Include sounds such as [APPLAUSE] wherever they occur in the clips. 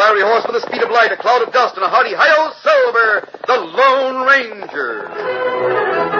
Oh, goes for the speed of light, a cloud of dust, and a hearty hi-yo silver, the Lone Ranger.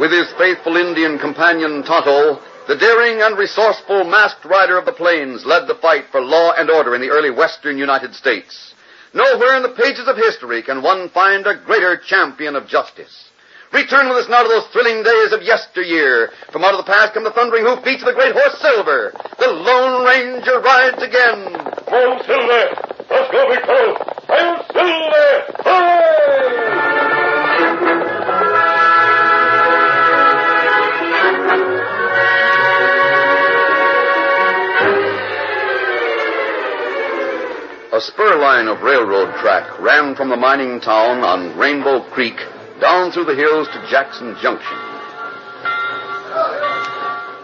With his faithful Indian companion Tonto, the daring and resourceful masked rider of the plains led the fight for law and order in the early western United States. Nowhere in the pages of history can one find a greater champion of justice. Return with us now to those thrilling days of yesteryear. From out of the past come the thundering hoofbeats of the great horse Silver. The Lone Ranger rides again. Come, Silver! Let's go, big fellow! I'm Silver! Hooray! A spur line of railroad track ran from the mining town on Rainbow Creek down through the hills to Jackson Junction.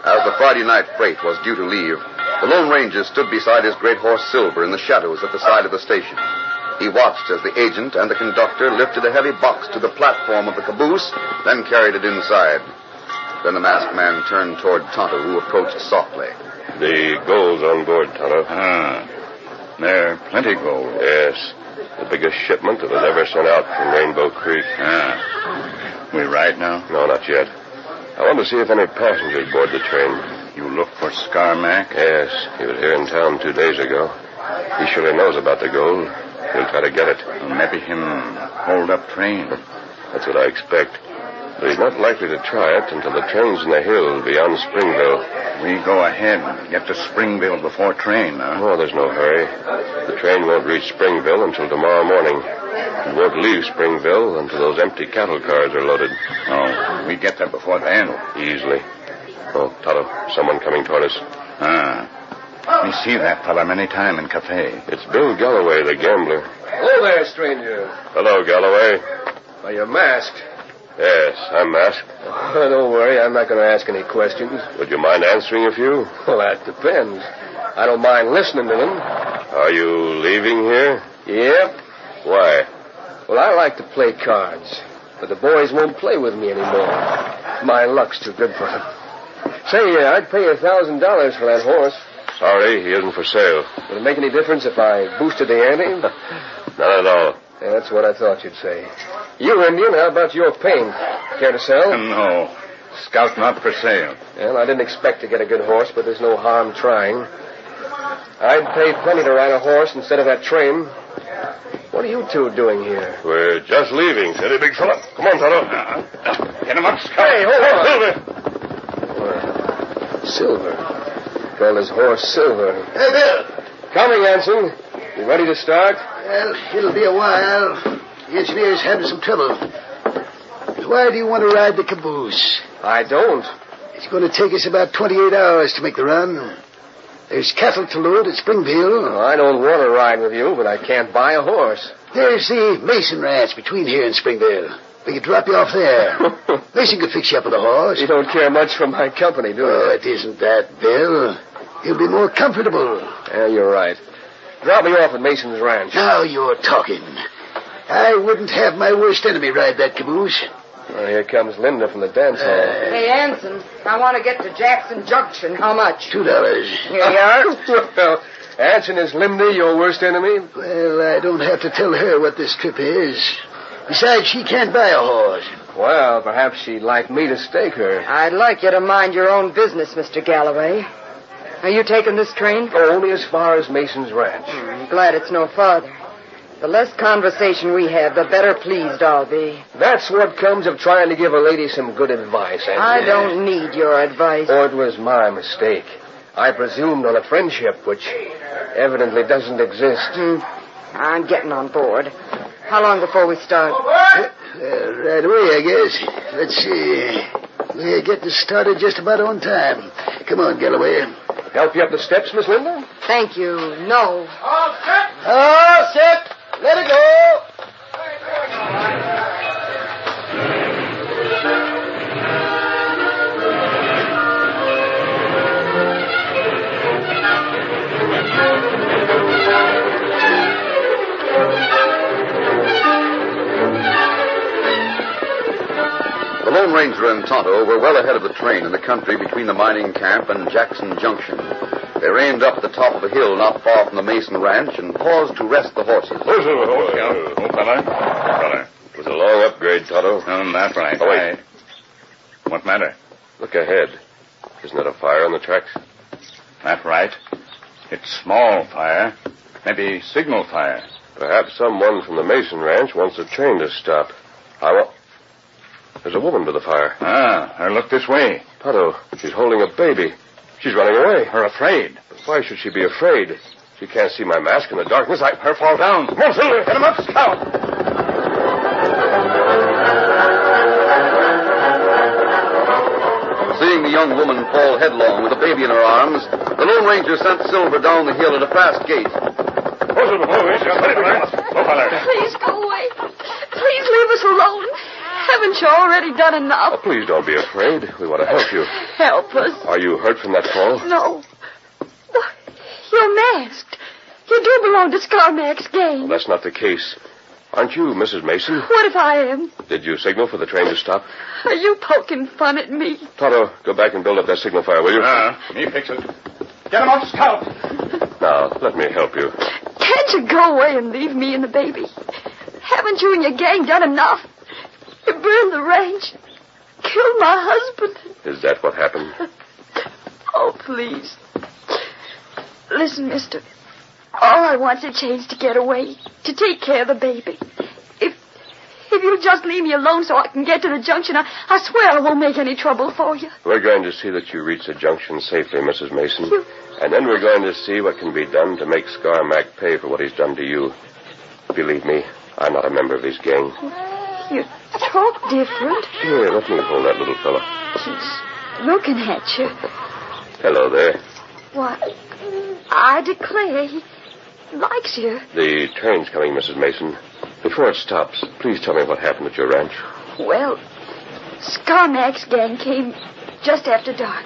As the Friday night freight was due to leave, the Lone Ranger stood beside his great horse Silver in the shadows at the side of the station. He watched as the agent and the conductor lifted a heavy box to the platform of the caboose, then carried it inside. Then the masked man turned toward Tonto, who approached softly. The gold's on board, Tonto. Ah. There, plenty gold. Yes. The biggest shipment that was ever sent out from Rainbow Creek. Ah. We ride now? No, not yet. I want to see if any passengers board the train. You look for Scarmack? Yes. He was here in town two days ago. He surely knows about the gold. He'll try to get it. maybe him hold up train. That's what I expect. But he's not likely to try it until the train's in the hills beyond Springville. We go ahead and get to Springville before train, huh? Oh, there's no hurry. The train won't reach Springville until tomorrow morning. It won't leave Springville until those empty cattle cars are loaded. Oh, we get there before then. Easily. Oh, Toto, someone coming toward us. Ah. We see that fella many time in cafe. It's Bill Galloway, the gambler. Hello there, stranger. Hello, Galloway. Are you masked? [LAUGHS] Yes, I'm masked. Oh, don't worry, I'm not going to ask any questions. Would you mind answering a few? Well, that depends. I don't mind listening to them. Are you leaving here? Yep. Why? Well, I like to play cards, but the boys won't play with me anymore. My luck's too good for them. Say, uh, I'd pay you a thousand dollars for that horse. Sorry, he isn't for sale. Would it make any difference if I boosted the ante? Not at all. Yeah, that's what I thought you'd say. You Indian, how about your pain? Care to sell? No. Oh, Scout not for sale. Well, I didn't expect to get a good horse, but there's no harm trying. I'd pay plenty to ride a horse instead of that train. What are you two doing here? We're just leaving, Steady, big fella. Come on, Uh-huh. Toto. Ah. Get him up, Scout. Hey, hold on. Silver. Silver. Called his horse Silver. Hey, Bill. Coming, Anson. You ready to start? Well, it'll be a while. The engineer's having some trouble. Why do you want to ride the caboose? I don't. It's going to take us about 28 hours to make the run. There's cattle to load at Springville. Well, I don't want to ride with you, but I can't buy a horse. There's the Mason ranch between here and Springville. We could drop you off there. Mason could fix you up with a horse. You don't care much for my company, do you? Oh, it isn't that, Bill. He'll be more comfortable. Yeah, you're right. Drop me off at Mason's ranch. Now you're talking. I wouldn't have my worst enemy ride that caboose. Uh, Well, here comes Linda from the dance hall. Hey, Anson, I want to get to Jackson Junction. How much? Two dollars. Here you are. [LAUGHS] well, Anson, is Linda your worst enemy? Well, I don't have to tell her what this trip is. Besides, she can't buy a horse. Well, perhaps she'd like me to stake her. I'd like you to mind your own business, Mr. Galloway. Are you taking this train? Only as far as Mason's ranch. I'm glad it's no farther. The less conversation we have, the better pleased I'll be. That's what comes of trying to give a lady some good advice, Anson. I don't need your advice. Or it was my mistake. I presumed on a friendship which evidently doesn't exist. Hmm. I'm getting on board. How long before we start? Uh, right away, I guess. Let's see. We're getting started just about on time. Come on, Galloway. Help you up the steps, Miss Linda? Thank you. No. All set. Let it go. The Lone Ranger and Tonto were well ahead of the train in the country between the mining camp and Jackson Junction. They reined up at the top of a hill not far from the Mason ranch and paused to rest the horses. Who's the Oh, horse, Old Oh, fella? Oh, Fella. It was a long upgrade, Toto. that's right. Oh, wait. What matter? Look ahead. Isn't it a fire on the tracks? That right. It's small fire. Maybe signal fire. Perhaps someone from the Mason Ranch wants the train to stop. I want... There's a woman by the fire. Ah, her look this way. Toto, she's holding a baby. She's running away. Her afraid. Why should she be afraid? She can't see my mask in the darkness. I her fall down. Come on, Silver. Get him up, scout. Seeing the young woman fall headlong with a baby in her arms, the Lone Ranger sent Silver down the hill at a fast gait. Please go away. Please leave us alone. Haven't you already done Oh, enough? please don't be afraid. We want to help you. Help us. Are you hurt from that fall? No. Why, You're masked. You do belong to Scarmack's gang. Well, that's not the case. Aren't you Mrs. Mason? What if I am? Did you signal for the train to stop? Are you poking fun at me? Toto, go back and build up that signal fire, will you? Ah. me fix it. Get him off, Scout. Now, let me help you. Can't you go away and leave me and the baby? Haven't you and your gang done enough? You burned the ranch, killed my husband. Is that what happened? Oh, please. Listen, mister. All I want's a chance to get away, to take care of the baby. If if you'll just leave me alone so I can get to the junction, I, I swear I won't make any trouble for you. We're going to see that you reach the junction safely, Mrs. Mason. And then we're going to see what can be done to make Scarmack pay for what he's done to you. Believe me, I'm not a member of his gang. You talk different. Here, let me hold that little fellow. He's looking at you. Hello there. Why, I declare he likes you. The train's coming, Mrs. Mason. Before it stops, please tell me what happened at your ranch. Well, Scarnack's gang came just after dark.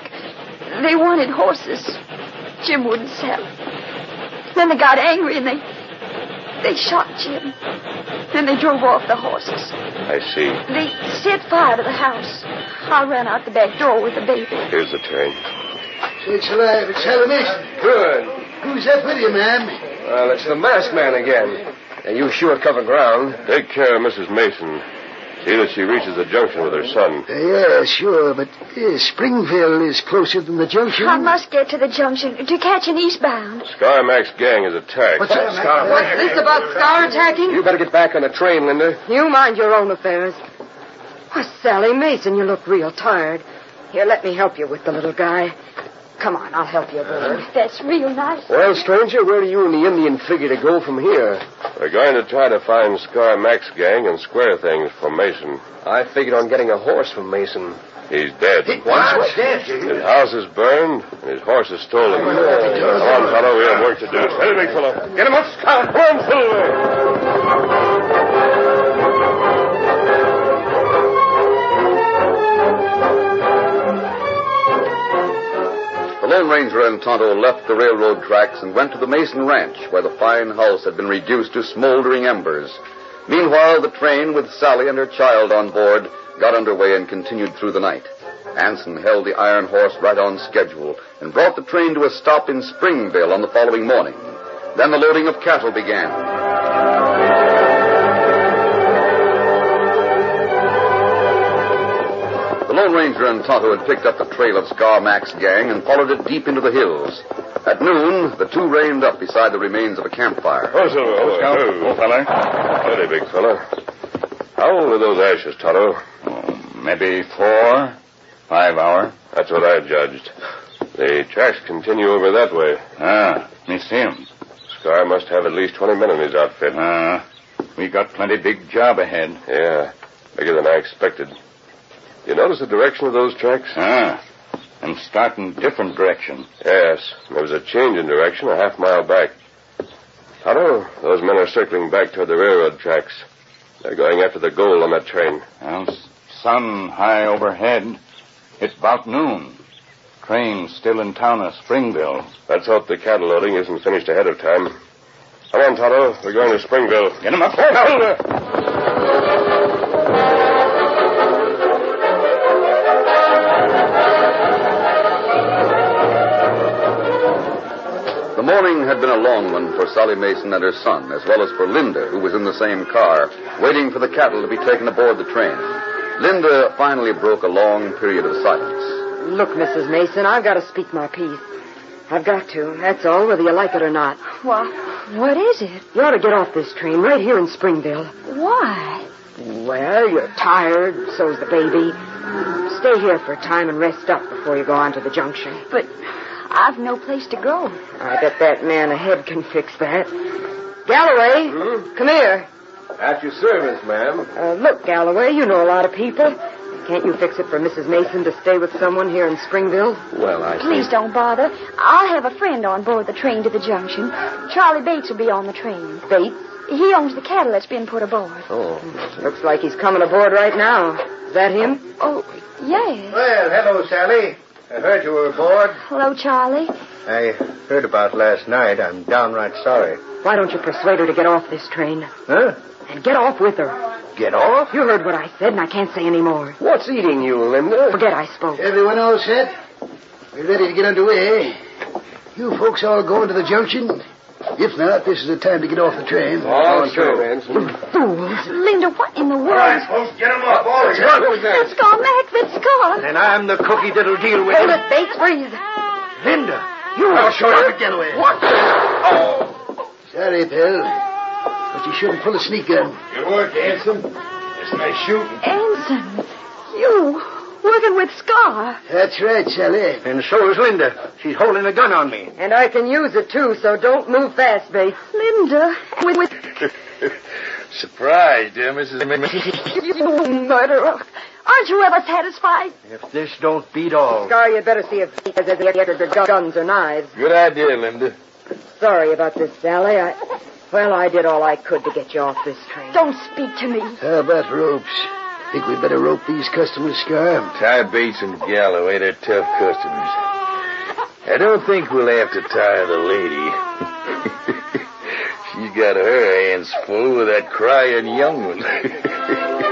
They wanted horses. Jim wouldn't sell. Then they got angry and they they shot Jim. Then they drove off the horses. I see. They set fire to the house. I ran out the back door with the baby. Here's the train. It's alive. It's Salvation. Good. Who's up with you, ma'am? Well, it's the masked man again. Now, you sure cover ground. Take care of Mrs. Mason. See that she reaches the junction with her son. Uh, yeah, sure, but uh, Springville is closer than the junction. I must get to the junction to catch an eastbound. Scarmack's gang is attacked. What's that, Scarlet? What's this about Scar attacking? You better get back on the train, Linda. You mind your own affairs. Why, Sally Mason, you look real tired. Here, let me help you with the little guy. Come on, I'll help you, Bird. That's real nice. Well, stranger, where do you and the Indian figure to go from here? We're going to try to find Scar Mac's gang and square things for Mason. I figured on getting a horse from Mason. He's dead. What's that? His house is burned, and his horse is stolen. Come on, fellow, we have work to do. Steady, big fellow. Get him up, Scout. Come on, Silver. The Lone Ranger and Tonto left the railroad tracks and went to the Mason Ranch, where the fine house had been reduced to smoldering embers. Meanwhile, the train, with Sally and her child on board, got underway and continued through the night. Anson held the iron horse right on schedule and brought the train to a stop in Springville on the following morning. Then the loading of cattle began. The Lone Ranger and Tonto had picked up the trail of Scar Mac's gang and followed it deep into the hills. At noon, the two reined up beside the remains of a campfire. Oh, Silver. Oh, Scout. Oh, fella. Steady, big fella. How old are those ashes, Tonto? Oh, maybe four, five hour. That's what I judged. The tracks continue over that way. Ah, me see 'em. Scar must have at least 20 men in his outfit. Ah, we got plenty big job ahead. Yeah, bigger than I expected. You notice the direction of those tracks? Ah, I'm starting different direction. Yes, there was a change in direction a half mile back. Tonto, those men are circling back toward the railroad tracks. They're going after the gold on that train. Well, sun high overhead. It's about noon. Train still in town of Springville. Let's hope the cattle loading isn't finished ahead of time. Come on, Tonto. We're going to Springville. Get him up there, The morning had been a long one for Sally Mason and her son, as well as for Linda, who was in the same car, waiting for the cattle to be taken aboard the train. Linda finally broke a long period of silence. Look, Mrs. Mason, I've got to speak my piece. I've got to. That's all, whether you like it or not. Why, what is it? You ought to get off this train right here in Springville. Why? Well, you're tired. So's the baby. Stay here for a time and rest up before you go on to the junction. But I've no place to go. I bet that man ahead can fix that. Galloway, come here. At your service, ma'am. Uh, look, Galloway, you know a lot of people. Can't you fix it for Mrs. Mason to stay with someone here in Springville? Well, I Please don't bother. I'll have a friend on board the train to the junction. Charlie Bates will be on the train. Bates? He owns the cattle that's been put aboard. Oh. Looks like he's coming aboard right now. Is that him? Oh, yes. Well, hello, Sally. I heard you were aboard. Hello, Charlie. I heard about last night. I'm downright sorry. Why don't you persuade her to get off this train? Huh? And get off with her. Get off? You heard what I said, and I can't say any more. What's eating you, Linda? Forget I spoke. Everyone all set? We're ready to get underway. eh? You folks all going to the junction? If not, this is the time to get off the train. All sure, Anson. Linda, what in the world? folks, get him up. All right. That's Scar Mac. That's Scar. And I'm the cookie that'll deal with Hold it, Bates. Where is it? Linda, you are short of get away. What? Sorry, pal. But you shouldn't pull a sneak gun. Good work, Anson. It's nice shooting. Anson, you working with Scar. That's right, Sally. And so is Linda. She's holding a gun on me. And I can use it, too, so don't move fast, Bates. Linda, with, with Surprise, dear Mrs. you murderer. Aren't you ever satisfied? If this don't beat all. Scar, you better see if he has any extra gu- guns or knives. Good idea, Linda. Sorry about this, Sally. I, well, I did all I could to get you off this train. Don't speak to me. Oh, How about ropes? Think we better rope these customers, Scar? Ty Bates and Galloway, they're tough customers. I don't think we'll have to tire the lady. [LAUGHS] She's got her hands full with that crying young one.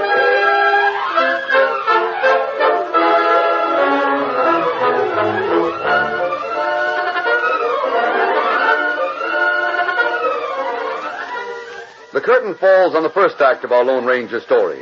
The curtain falls on the first act of our Lone Ranger story.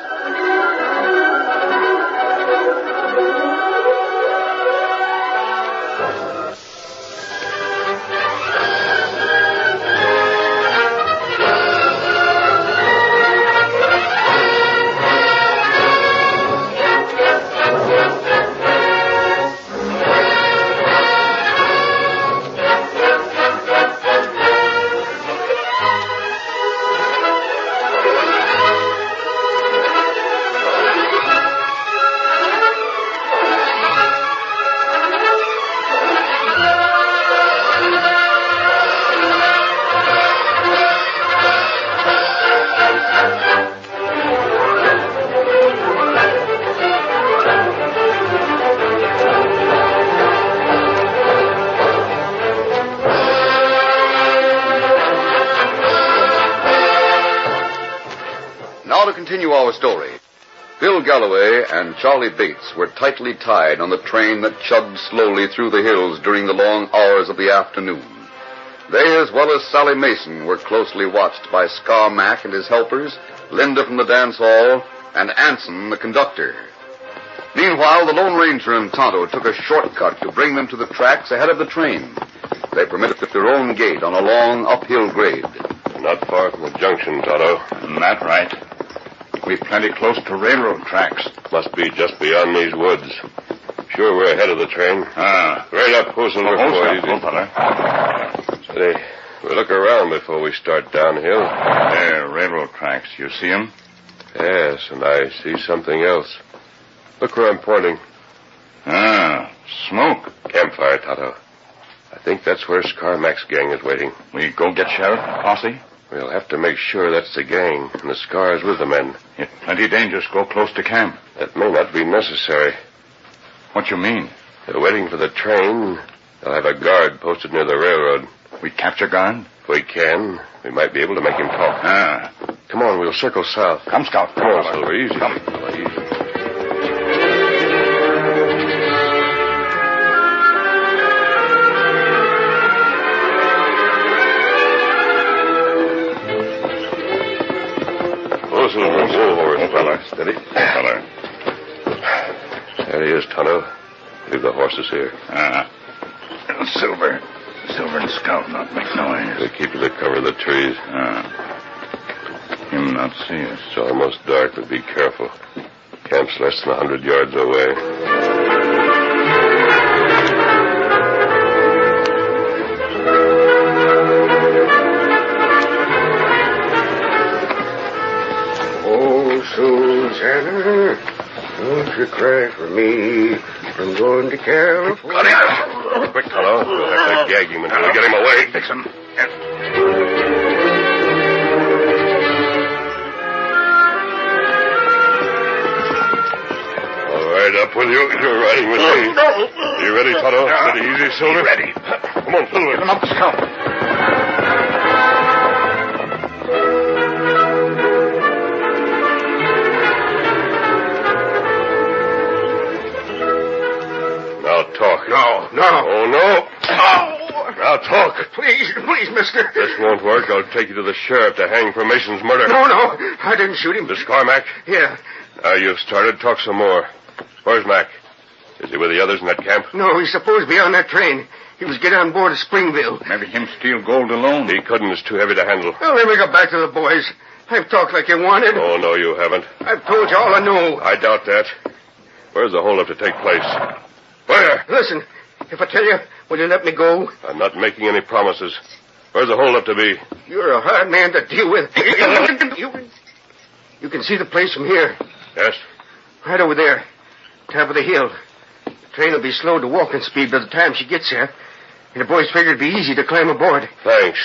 Now to continue our story. Bill Galloway and Charlie Bates were tightly tied on the train that chugged slowly through the hills during the long hours of the afternoon. They, as well as Sally Mason, were closely watched by Scar Mack and his helpers, Linda from the dance hall, and Anson, the conductor. Meanwhile, the Lone Ranger and Tonto took a shortcut to bring them to the tracks ahead of the train. They permitted their own gait on a long uphill grade. [LAUGHS] Not far from the junction, Tonto. Isn't that right? We're plenty close to railroad tracks. Must be just beyond these woods. Sure, we're ahead of the train. Ah. Right up, whistle Well, hold before up, you hold eh? do. up. Steady. We look around before we start downhill. There, railroad tracks. You see 'em? Yes, and I see something else. Look where I'm pointing. Ah, smoke. Campfire, Tonto. I think that's where Scarmack's gang is waiting. We go get sheriff, posse. We'll have to make sure that's the gang, and the scar is with the men. It's plenty dangerous. Go close to camp. That may not be necessary. What you mean? They're waiting for the train. They'll have a guard posted near the railroad. We capture guard? If we can, we might be able to make him talk. Ah. Come on, we'll circle south. Come, Scout. Come on, Oh, Silver, easy. Oh, Silver, whoa, horse, fella. Steady. Fella. There he is, Tonto. Leave the horses here. Ah. Silver. Silver and Scout not make They noise. keep to the cover of the trees. Ah. Him not see us. It's almost dark, but be careful. Camp's less than a hundred yards away. Oh, Susanna, don't you cry for me. I'm going to California. Quick, Tonto. We'll have to gag him until we get him away. Fix him. All right, up with you. You're riding with me. You ready, Tonto? Steady, easy, Silver. Ready. Come on, Silver. Come up, Scout. Now talk. No, no. Oh, no. Oh, Now talk. please, please, mister. This won't work. I'll take you to the sheriff to hang for Mason's murder. No, no, I didn't shoot him. Miss Carmack, Yeah, now you've started. Talk some more. Where's Mac? Is he with the others in that camp? no, he's supposed to be on that train. He was getting on board at Springville. Maybe him steal gold alone. He couldn't. It's too heavy to handle. Well, let me go back to the boys. I've talked like you wanted. Oh, no, you haven't. I've told you all I know. I doubt that. Where's the holdup to take place? Where? Listen, if I tell you, will you let me go? I'm not making any promises. Where's the holdup to be? You're a hard man to deal with. you, you can see the place from here, Yes? right over there, top of the hill. The train will be slow to walking speed by the time she gets there, and the boys figure it'd be easy to climb aboard. Thanks.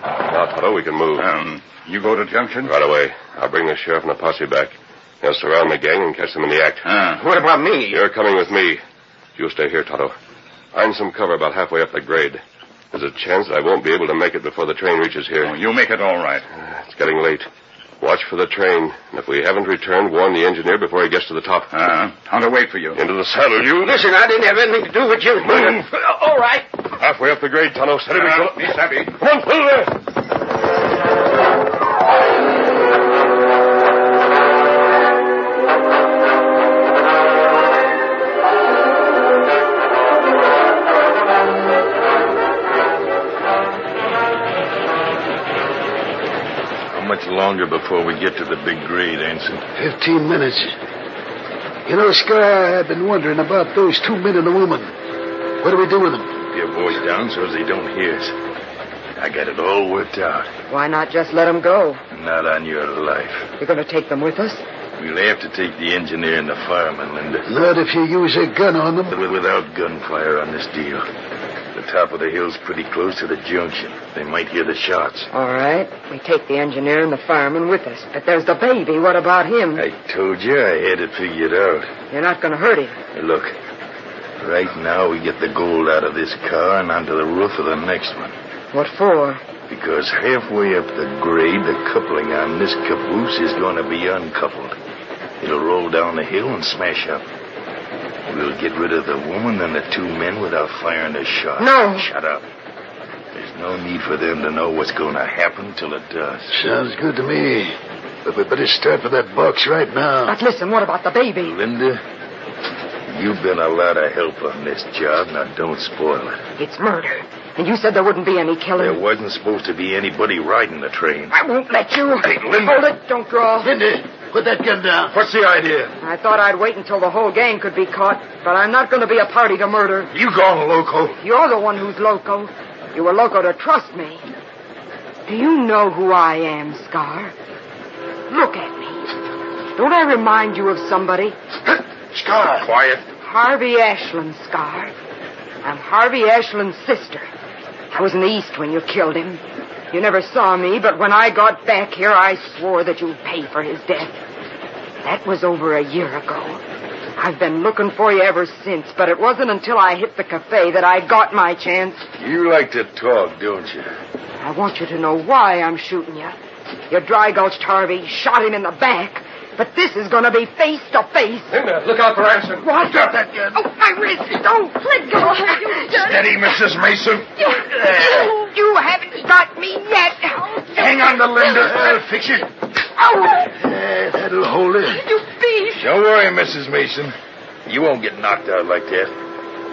Now, Toto, we can move. Um, you go to junction? Right away. I'll bring the sheriff and the posse back. They'll surround the gang and catch them in the act. Ah. What about me? You're coming with me. You stay here, Toto. I'm some cover about halfway up the grade. There's a chance that I won't be able to make it before the train reaches here. Oh, you make it all right. It's getting late. Watch for the train, and if we haven't returned, warn the engineer before he gets to the top. Ah. How to wait for you. Into the saddle, you. Listen, I didn't have anything to do with you. Move. All right. Halfway up the grade, Tonto. Steady, we Ah, go. be savvy. Come on, Silver. How much longer before we get to the big grade, Anson? Fifteen minutes. You know, Scar, I've been wondering about those two men and the woman. What do we do with them? Keep your voice down so they don't hear us. I got it all worked out. Why not just let them go? Not on your life. You're going to take them with us? We'll have to take the engineer and the fireman, Linda. Not if you use a gun on them. With- Without gunfire on this deal. The top of the hill's pretty close to the junction. They might hear the shots. All right. We take the engineer and the fireman with us. But there's the baby. What about him? I told you I had it figured out. You're not going to hurt him. Look, right now we get the gold out of this car and onto the roof of the next one. What for? Because halfway up the grade, the coupling on this caboose is going to be uncoupled. It'll roll down the hill and smash up. We'll get rid of the woman and the two men without firing a shot. No. Shut up. There's no need for them to know what's going to happen till it does. Sounds good to me. But we better start for that box right now. But listen, what about the baby? Linda, you've been a lot of help on this job. Now don't spoil it. It's murder. And you said there wouldn't be any killing. There wasn't supposed to be anybody riding the train. I won't let you. Hey, Linda. Hold it. Don't draw. Lindy, put that gun down. What's the idea? I thought I'd wait until the whole gang could be caught, but I'm not going to be a party to murder. You gone loco? You're the one who's loco. You were loco to trust me. Do you know who I am, Scar? Look at me. Don't I remind you of somebody? [LAUGHS] Scar. Quiet. Harvey Ashland, Scar. I'm Harvey Ashland's sister. I was in the East when you killed him. You never saw me, but when I got back here, I swore that you'd pay for his death. That was over a year ago. I've been looking for you ever since, but it wasn't until I hit the cafe that I got my chance. You like to talk, don't you? I want you to know why I'm shooting you. You dry gulched Harvey, shot him in the back, but this is going to be face to face. Linda, look out for Ashton. What? Drop that gun. Oh, my wrist. Don't let go. You dirty. Steady, Mrs. Mason. You, [LAUGHS] you haven't got me yet. Hang on to Linda. I'll fix it. Oh, Eh, that'll hold it. you beast. Don't worry, Mrs. Mason. You won't get knocked out like that.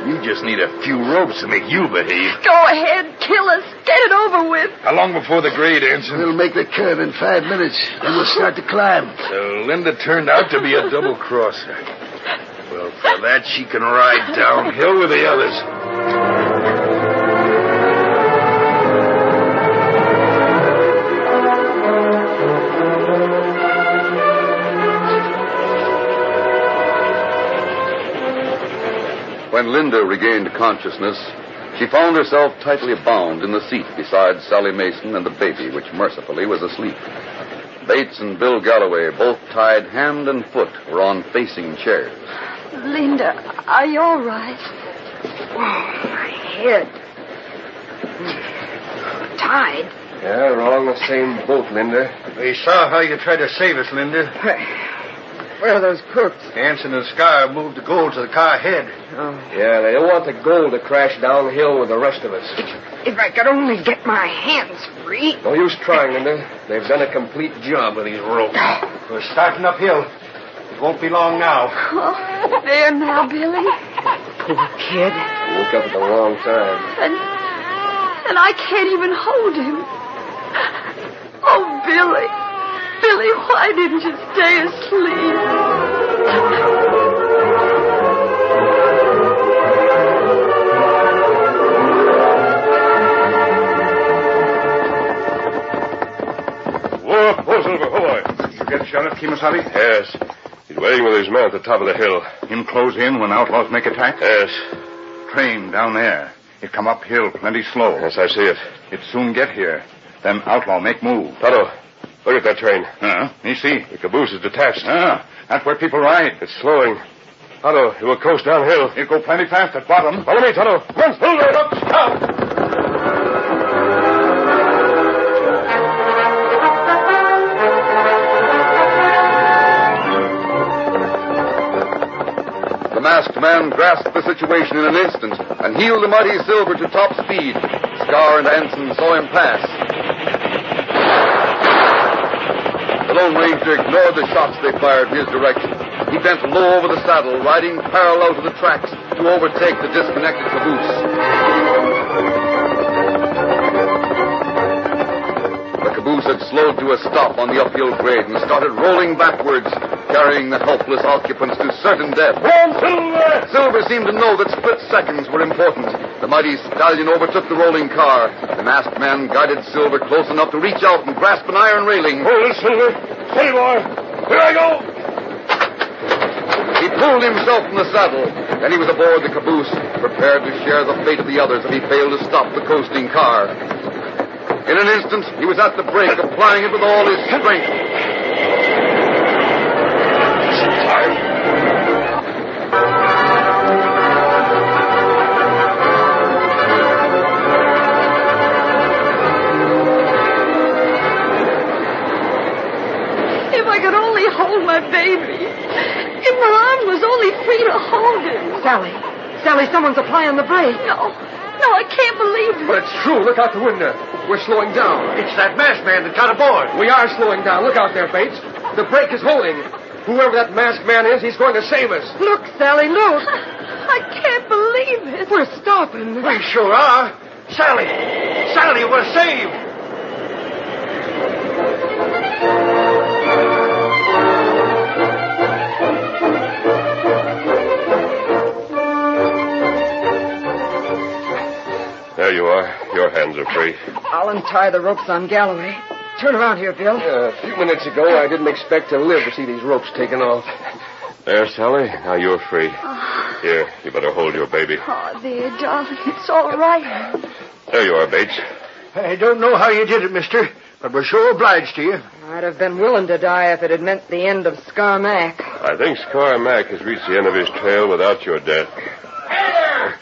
You just need a few ropes to make you behave. Go ahead, kill us. Get it over with. How long before the grade ends? We'll make the curve in five minutes, then we'll start to climb. So Linda turned out to be a double crosser. Well, for that, she can ride downhill with the others. When Linda regained consciousness, she found herself tightly bound in the seat beside Sally Mason and the baby, which mercifully was asleep. Bates and Bill Galloway, both tied hand and foot, were on facing chairs. Linda, are you all right? Oh, my head. Tied. Yeah, we're all in the same boat, Linda. We saw how you tried to save us, Linda. Where are those crooks? Anson and Scar moved the gold to the car ahead. Oh, Yeah, they don't want the gold to crash downhill with the rest of us. if I could only get my hands free. No use trying, Linda. They've done a complete job with these ropes. We're starting uphill. It won't be long now. Oh, there now, Billy. Poor kid. Woke up at the wrong time. And, and I can't even hold him. Oh, Billy. Billy, why didn't you stay asleep? Whoa, whoa, Silver, ahoy. You get Sheriff Kimasabi? Yes. He's waiting with his men at the top of the hill. Him close in when outlaws make attack? Yes. Train down there. It come uphill plenty slow. Yes, I see it. It soon get here. Then outlaw make move. Toto, look at that train. Huh? Me see. The caboose is detached. Ah, that's where people ride. It's slowing. Toto, it will coast downhill. It go plenty fast at bottom. Follow me, Toto. Run, Silver, up, stop. The masked man grasped the situation in an instant and heeled the mighty Silver to top speed. Scar and Anson saw him pass. The Lone Ranger ignored the shots they fired in his direction. He bent low over the saddle, riding parallel to the tracks to overtake the disconnected caboose. The caboose had slowed to a stop on the uphill grade and started rolling backwards, carrying the helpless occupants to certain death. Silver seemed to know that split seconds were important. The mighty stallion overtook the rolling car. The masked man guided Silver close enough to reach out and grasp an iron railing. Hold it, Silver. Steady, boy. Here I go. He pulled himself from the saddle. Then he was aboard the caboose, prepared to share the fate of the others if he failed to stop the coasting car. In an instant, he was at the brake, applying it with all his strength. I could only hold my baby. If my arm was only free to hold him. Sally, Sally, someone's applying the brake. No, no, I can't believe it. But it's true. Look out the window. We're slowing down. It's that masked man that got aboard. We are slowing down. Look out there, Bates. The brake is holding. Whoever that masked man is, he's going to save us. Look, Sally, look. I can't believe it. We're stopping. We sure are. Sally, Sally, we're saved. There you are. Your hands are free. I'll untie the ropes on Galloway. Turn around here, Bill. Uh, a few minutes ago, I didn't expect to live to see these ropes taken off. There, Sally. Now you're free. Here, you better hold your baby. Oh, dear, darling, it's all right. There you are, Bates. I don't know how you did it, mister, but we're sure obliged to you. I'd have been willing to die if it had meant the end of Scarmack. I think Scar Mack has reached the end of his trail without your death.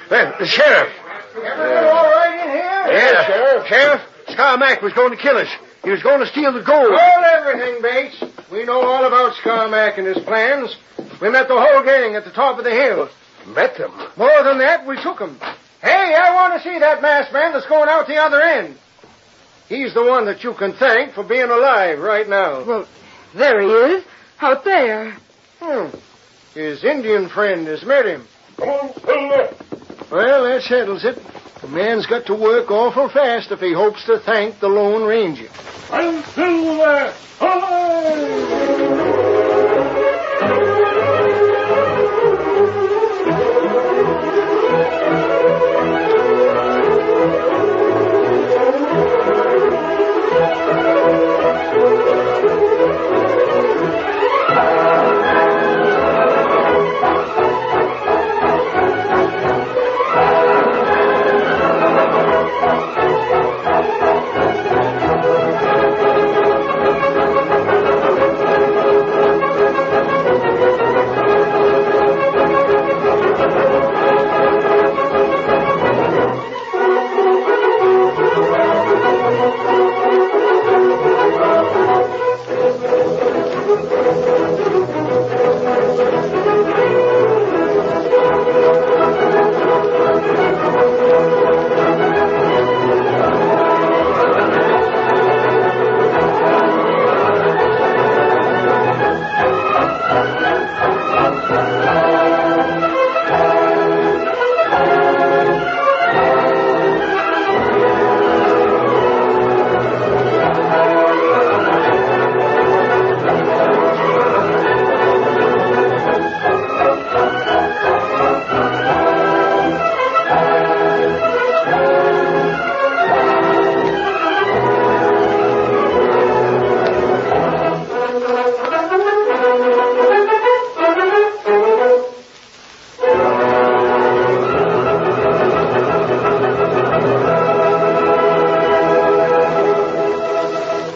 Uh, the sheriff. all right in here? Yeah, Sheriff. Sheriff, Scarmack was going to kill us. He was going to steal the gold. Hold everything, Bates. We know all about Scarmack and his plans. We met the whole gang at the top of the hill. Met them. More than that, we took him. Hey, I want to see that masked man that's going out the other end. He's the one that you can thank for being alive right now. Well, there he is, out there. Hmm. His Indian friend has met him. Well, that settles it. The man's got to work awful fast if he hopes to thank the Lone Ranger.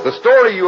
The story you